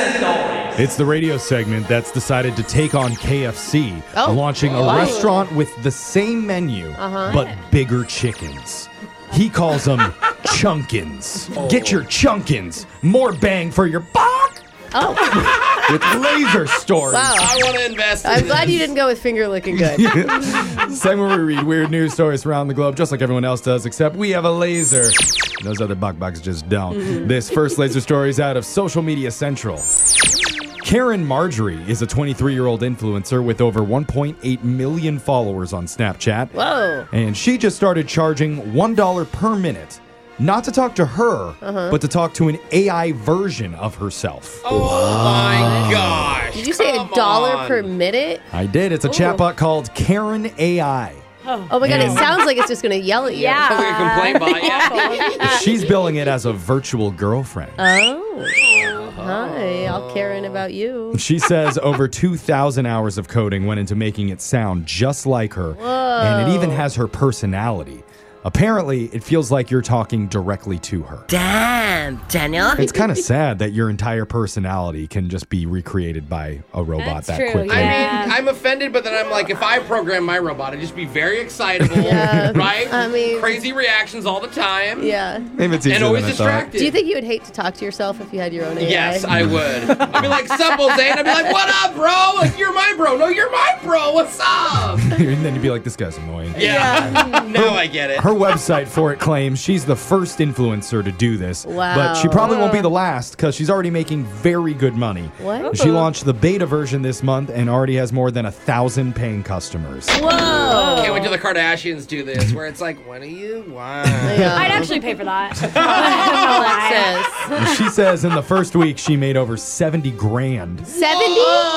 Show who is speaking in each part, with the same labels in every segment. Speaker 1: It's the radio segment that's decided to take on KFC,
Speaker 2: Oh. Uh-huh.
Speaker 1: launching a
Speaker 2: Wow.
Speaker 1: restaurant with the same menu but bigger chickens. He calls them chunkins. Get your chunkins, more bang for your buck
Speaker 2: Oh,
Speaker 1: with laser stories.
Speaker 2: wow.
Speaker 3: I want to invest. in
Speaker 2: Oh, I'm glad
Speaker 3: this.
Speaker 2: you didn't go with finger licking good.
Speaker 1: segment where we read weird news stories from around the globe, just like everyone else does, except we have a laser. Those other buck bucks just don't.
Speaker 2: Mm-hmm.
Speaker 1: This first laser story is out of Social Media Central. Karen Marjorie is a 23 year old influencer with over 1.8 million followers on Snapchat.
Speaker 2: Whoa.
Speaker 1: And she just started charging $1 per minute, not to talk to her,
Speaker 2: Uh-huh.
Speaker 1: but to talk to an AI version of herself.
Speaker 3: Oh my gosh!
Speaker 2: Did you say
Speaker 3: come
Speaker 2: a dollar
Speaker 3: on.
Speaker 2: per minute?
Speaker 1: I did. It's a chatbot called Karen AI.
Speaker 2: Oh my god, it
Speaker 1: Yeah.
Speaker 2: sounds like it's just gonna yell at you.
Speaker 3: Sounds like a complaint bot. Yeah.
Speaker 1: She's billing it as a virtual girlfriend.
Speaker 2: Ah. Oh. Hi, I'll care in about you.
Speaker 1: She says over 2,000 hours of coding went into making it sound just like her, and it even has her personality. Apparently, it feels like you're talking directly to her.
Speaker 4: Damn, Daniel.
Speaker 1: It's kind of sad that your entire personality can just be recreated by a robot
Speaker 5: That's
Speaker 1: that
Speaker 5: true,
Speaker 1: quickly.
Speaker 3: I
Speaker 5: yeah.
Speaker 3: mean, I'm offended, but then I'm like, if I program my robot, it'd just be very excitable, right?
Speaker 2: I mean-
Speaker 3: crazy reactions all the time,
Speaker 2: Yeah.
Speaker 1: Maybe it's easier
Speaker 3: and always
Speaker 1: than I thought.
Speaker 3: distracted.
Speaker 2: Do you think you would hate to talk to yourself if you had your own AI?
Speaker 3: Yes, I would. I'd be like, supple Zane. I'd be like, what up, bro? Like, you're my bro. No, you're my bro. What's up?
Speaker 1: and then you'd be like, this guy's annoying.
Speaker 3: Yeah. now I get it.
Speaker 1: Her website for it claims she's the first influencer to do this.
Speaker 2: Wow.
Speaker 1: But she probably won't be the last because she's already making very good money.
Speaker 2: What?
Speaker 1: She launched the beta version this month and already has more than a thousand paying customers.
Speaker 2: Whoa.
Speaker 3: Can't wait till the Kardashians do this, where it's like, what do you want?
Speaker 5: I'd
Speaker 2: Yeah.
Speaker 5: actually pay for that. I'm not gonna lie.
Speaker 2: Says
Speaker 1: she says in the first week she made over 70 grand.
Speaker 2: 70?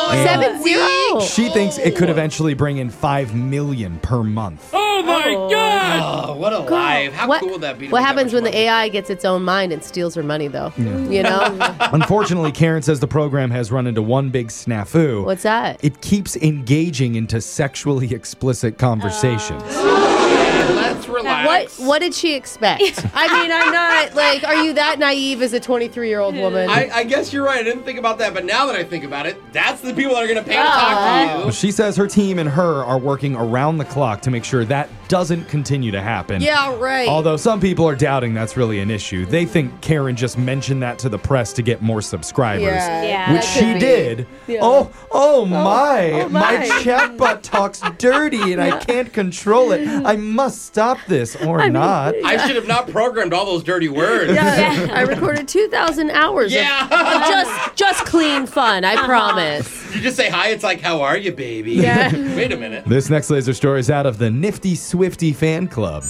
Speaker 2: Seven zero.
Speaker 1: She thinks it could eventually bring in 5 million per month.
Speaker 3: Oh my god! Oh, what a life! How
Speaker 2: what,
Speaker 3: cool would that be? to
Speaker 2: What
Speaker 3: make that
Speaker 2: happens
Speaker 3: much
Speaker 2: when the
Speaker 3: money?
Speaker 2: AI gets its own mind and steals her money, though? You know?
Speaker 1: Unfortunately, Karen says the program has run into one big snafu.
Speaker 2: What's that?
Speaker 1: It keeps engaging into sexually explicit conversations.
Speaker 3: Let's
Speaker 2: What
Speaker 3: relax.
Speaker 2: What did she expect? I mean, I'm not like, are you that naive as a 23 year old woman?
Speaker 3: I, I guess you're right. I didn't think about that, but now that I think about it, that's the people that are gonna pay to
Speaker 2: Ah.
Speaker 3: talk to you.
Speaker 1: She says her team and her are working around the clock to make sure that doesn't continue to happen.
Speaker 2: yeah, right.
Speaker 1: Although some people are doubting that's really an issue. They think Karen just mentioned that to the press to get more subscribers.
Speaker 2: yeah,
Speaker 5: Yeah.
Speaker 1: Which
Speaker 2: that could
Speaker 1: she
Speaker 2: be.
Speaker 1: did.
Speaker 2: Yeah.
Speaker 1: Oh, oh my.
Speaker 2: oh
Speaker 1: my.
Speaker 2: my.
Speaker 1: chatbot talks dirty and I can't control it. I must stop this or not.
Speaker 3: I should have not programmed all those dirty words.
Speaker 2: Yeah, I recorded 2,000 hours of,
Speaker 3: Yeah.
Speaker 2: of just just clean fun, I promise.
Speaker 3: you just say hi. It's like, how are you, baby?
Speaker 2: Yeah.
Speaker 3: Wait a minute.
Speaker 1: This next laser story is out of the Nifty Swifty fan club.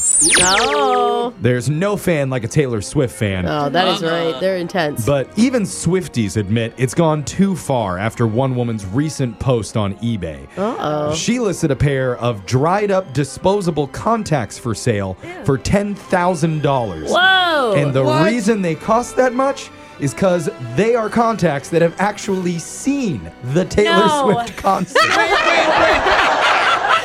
Speaker 2: Oh.
Speaker 1: There's no fan like a Taylor Swift fan.
Speaker 2: Oh, that is right. They're intense.
Speaker 1: But even Swifties admit it's gone too far after one woman's recent post on eBay. Uh-oh. She listed a pair of dried up disposable contacts for sale for $10,000.
Speaker 2: Whoa.
Speaker 1: And the reason they cost that much is because they are contacts that have actually seen the Taylor
Speaker 5: No.
Speaker 1: Swift concert.
Speaker 3: Wait, wait, wait.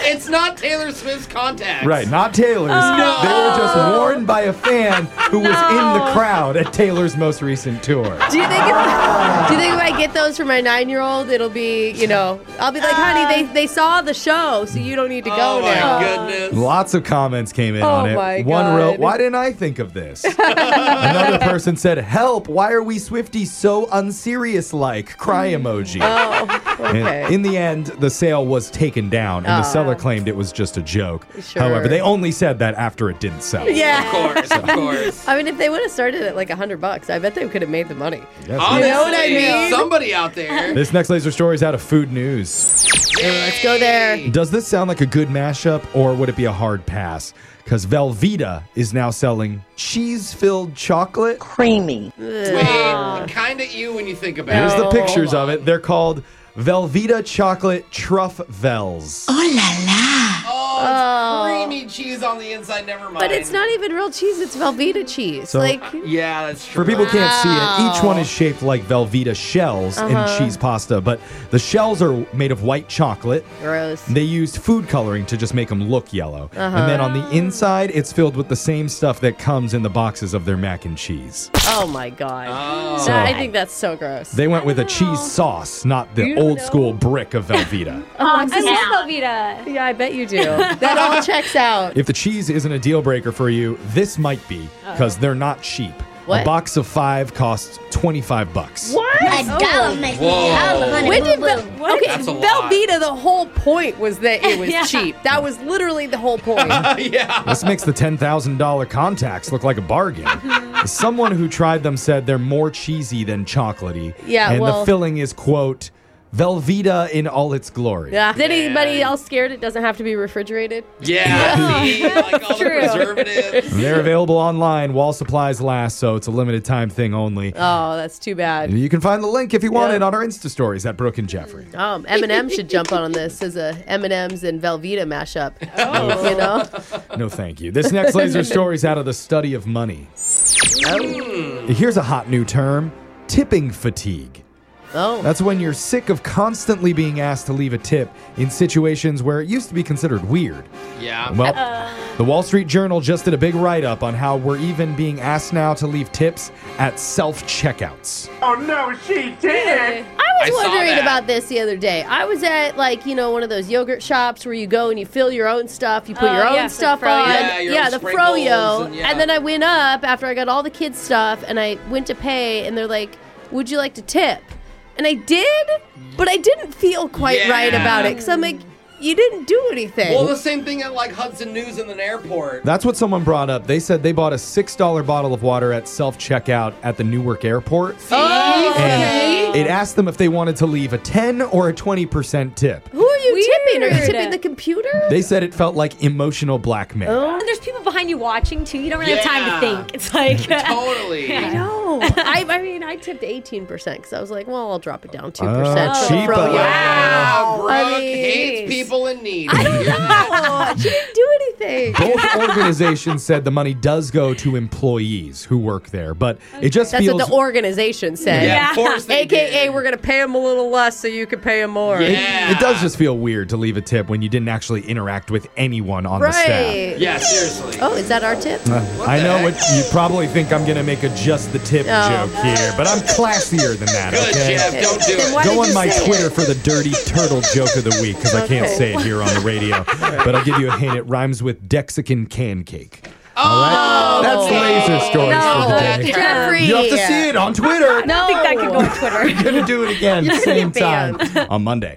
Speaker 3: It's not Taylor Swift's contacts.
Speaker 1: right, not Taylor's.
Speaker 3: No.
Speaker 1: They were just worn by a fan who was in the crowd at Taylor's most recent tour.
Speaker 2: do you think if, do you think if I get those for my nine year old, it'll be you know I'll be like, honey, they they saw the show, so you don't need to
Speaker 3: Oh
Speaker 2: go
Speaker 3: my
Speaker 2: now.
Speaker 3: goodness.
Speaker 1: Lots of comments came in
Speaker 2: Oh
Speaker 1: on it.
Speaker 2: my
Speaker 1: One
Speaker 2: God.
Speaker 1: wrote, Why didn't I think of this? Another person said, Help, why are we Swifties so unserious like? Cry emoji.
Speaker 2: Oh,
Speaker 1: And
Speaker 2: Mm. okay.
Speaker 1: In the end, the sale was taken down, and the
Speaker 2: Oh.
Speaker 1: seller claimed it was just a joke.
Speaker 2: Sure.
Speaker 1: However, they only said that after it didn't sell.
Speaker 3: Of
Speaker 2: yeah.
Speaker 3: course, of course.
Speaker 2: I mean, if they would have started at like a hundred bucks, I bet they could have made the money.
Speaker 1: Yes,
Speaker 3: Honestly,
Speaker 1: yes.
Speaker 2: know what I mean?
Speaker 3: somebody out there.
Speaker 1: This next laser story is out of Food News.
Speaker 2: Let's go there.
Speaker 1: Does this sound like a good mashup, or would it be a hard pass? Because Velveeta is now selling cheese filled chocolate.
Speaker 4: Creamy.
Speaker 3: Wait, kind of you when you think about
Speaker 1: Here's
Speaker 3: it.
Speaker 1: the pictures of it. They're called Velveeta Chocolate Truffvels.
Speaker 4: Oh la la.
Speaker 3: Oh,
Speaker 2: Oh.
Speaker 3: it's creamy cheese on the inside. Never mind.
Speaker 2: But it's not even real cheese. It's Velveeta cheese.
Speaker 1: So-
Speaker 2: like,
Speaker 3: Yeah, that's true.
Speaker 1: For people who can't see it, each
Speaker 2: Wow.
Speaker 1: one is shaped like Velveeta shells and cheese pasta, but the shells are made of white chocolate.
Speaker 2: gross.
Speaker 1: They used food coloring to just make them look yellow. And then on the inside, it's filled with the same stuff that comes in the boxes of their mac and cheese.
Speaker 2: Oh my
Speaker 3: Oh.
Speaker 2: god.
Speaker 1: So-
Speaker 2: I think that's so gross.
Speaker 1: They went with a cheese sauce, not the old school brick of Velveeta.
Speaker 5: I love
Speaker 2: Boxes out.
Speaker 5: Velveeta.
Speaker 2: yeah, I bet you do. that all checks out.
Speaker 1: if the cheese isn't a deal breaker for you, this might be because they're not cheap. A
Speaker 2: What?
Speaker 1: box of five costs 25 bucks.
Speaker 6: A dollar makes me
Speaker 3: Whoa.
Speaker 6: all the money.
Speaker 2: When did
Speaker 6: Boo, boo.
Speaker 2: Vel- okay,
Speaker 3: That's a lot.
Speaker 2: Velveeta? The whole point was that it was
Speaker 5: Yeah.
Speaker 2: cheap. That was literally the whole point.
Speaker 3: yeah.
Speaker 1: This makes the $10,000 contacts look like a bargain. Someone who tried them said they're more cheesy than chocolatey.
Speaker 2: Yeah,
Speaker 1: And the
Speaker 2: well-
Speaker 1: filling is, quote, Velveeta in all its glory.
Speaker 2: yeah. Is anybody else scared? It doesn't have to be refrigerated.
Speaker 3: Yeah. see, like all the
Speaker 5: True.
Speaker 3: preservatives.
Speaker 1: They're available online while supplies last, so it's a limited time thing only.
Speaker 2: Oh, that's too bad.
Speaker 1: You can find the link if you want
Speaker 2: Yeah.
Speaker 1: it on our Insta stories at Brooke and Jeffrey.
Speaker 2: Um, Eminem should jump on this as a M&M's and Velveeta mashup. Oh. You know?
Speaker 1: No, thank you. This next laser story is out of the study of money. Here's a hot new term tipping fatigue.
Speaker 2: Oh.
Speaker 1: That's when you're sick of constantly being asked to leave a tip in situations where it used to be considered weird.
Speaker 3: Yeah.
Speaker 1: Well, the Wall Street Journal just did a big write up on how we're even being asked now to leave tips at self checkouts.
Speaker 2: I
Speaker 3: I
Speaker 2: was
Speaker 3: saw
Speaker 2: wondering
Speaker 3: that.
Speaker 2: about this the other day. I was at like you know one of those yogurt shops where you go and you fill your own stuff, you put
Speaker 5: Oh,
Speaker 2: your own
Speaker 5: yes, the
Speaker 2: stuff
Speaker 5: Froyo.
Speaker 2: on,
Speaker 3: Yeah, your own
Speaker 2: the
Speaker 3: sprinkles
Speaker 2: froyo.
Speaker 3: and yeah.
Speaker 2: then I went up after I got all the kids stuff, and I went to pay, and they're like, "Would you like to tip?" And I did, but I didn't feel quite
Speaker 3: Yeah.
Speaker 2: right about it because I'm like, "You didn't do anything."
Speaker 3: Well, the same thing at like Hudson News in an airport.
Speaker 1: That's what someone brought up. They said they bought a $6 bottle of water at self checkout at the Newark airport. And it asked them if they wanted to leave a 10 or a 20% tip.
Speaker 2: Who are you tipping? Are you
Speaker 5: Weird.
Speaker 2: tipping the computer?
Speaker 1: They said it felt like emotional blackmail.
Speaker 5: And there's people behind you watching too. You don't really have time
Speaker 3: Yeah.
Speaker 5: to think. It's like
Speaker 3: Totally.
Speaker 2: no, I, I mean I tipped eighteen percent because I was like, well, I'll drop it down two percent.
Speaker 1: Oh,
Speaker 2: for the
Speaker 1: cheapo.
Speaker 2: froyo.
Speaker 3: Wow, Brooke
Speaker 2: I mean-
Speaker 3: hates people in need.
Speaker 2: No, she didn't do anything.
Speaker 1: Both organizations said the money does go to employees who work there, but it just
Speaker 2: That's
Speaker 1: feels
Speaker 2: what the organization said.
Speaker 3: Yeah, of course they
Speaker 2: AKA,
Speaker 3: did.
Speaker 2: we're going to pay them a little less so you can pay them more.
Speaker 1: it,
Speaker 3: Yeah.
Speaker 1: it does just feel weird to leave a tip when you didn't actually interact with anyone on the staff.
Speaker 2: Right.
Speaker 3: Yeah, seriously.
Speaker 2: Oh, is that our tip?
Speaker 1: I
Speaker 3: the
Speaker 1: know
Speaker 3: heck?
Speaker 1: what you probably think I'm gonna make a just the tip
Speaker 2: Oh.
Speaker 1: joke here, but I'm classier than that.
Speaker 3: Good,
Speaker 1: okay.
Speaker 3: Jeff. Don't do
Speaker 2: Then
Speaker 3: it.
Speaker 2: why
Speaker 1: Go
Speaker 2: did
Speaker 1: on
Speaker 2: you
Speaker 1: my
Speaker 2: say
Speaker 1: Twitter
Speaker 2: it?
Speaker 1: for the dirty turtle joke of the week because I can't
Speaker 2: Okay.
Speaker 1: say it here on the radio. But I'll give you a hint. It rhymes with Dexican can cake. All right, that's the laser stories for the
Speaker 2: Oh, No,
Speaker 1: day.
Speaker 2: Jeffrey.
Speaker 1: You have to see it on Twitter.
Speaker 2: No.
Speaker 5: I think that could go on Twitter.
Speaker 1: Gonna do it again, same
Speaker 2: get
Speaker 1: time
Speaker 2: banned.
Speaker 1: on Monday.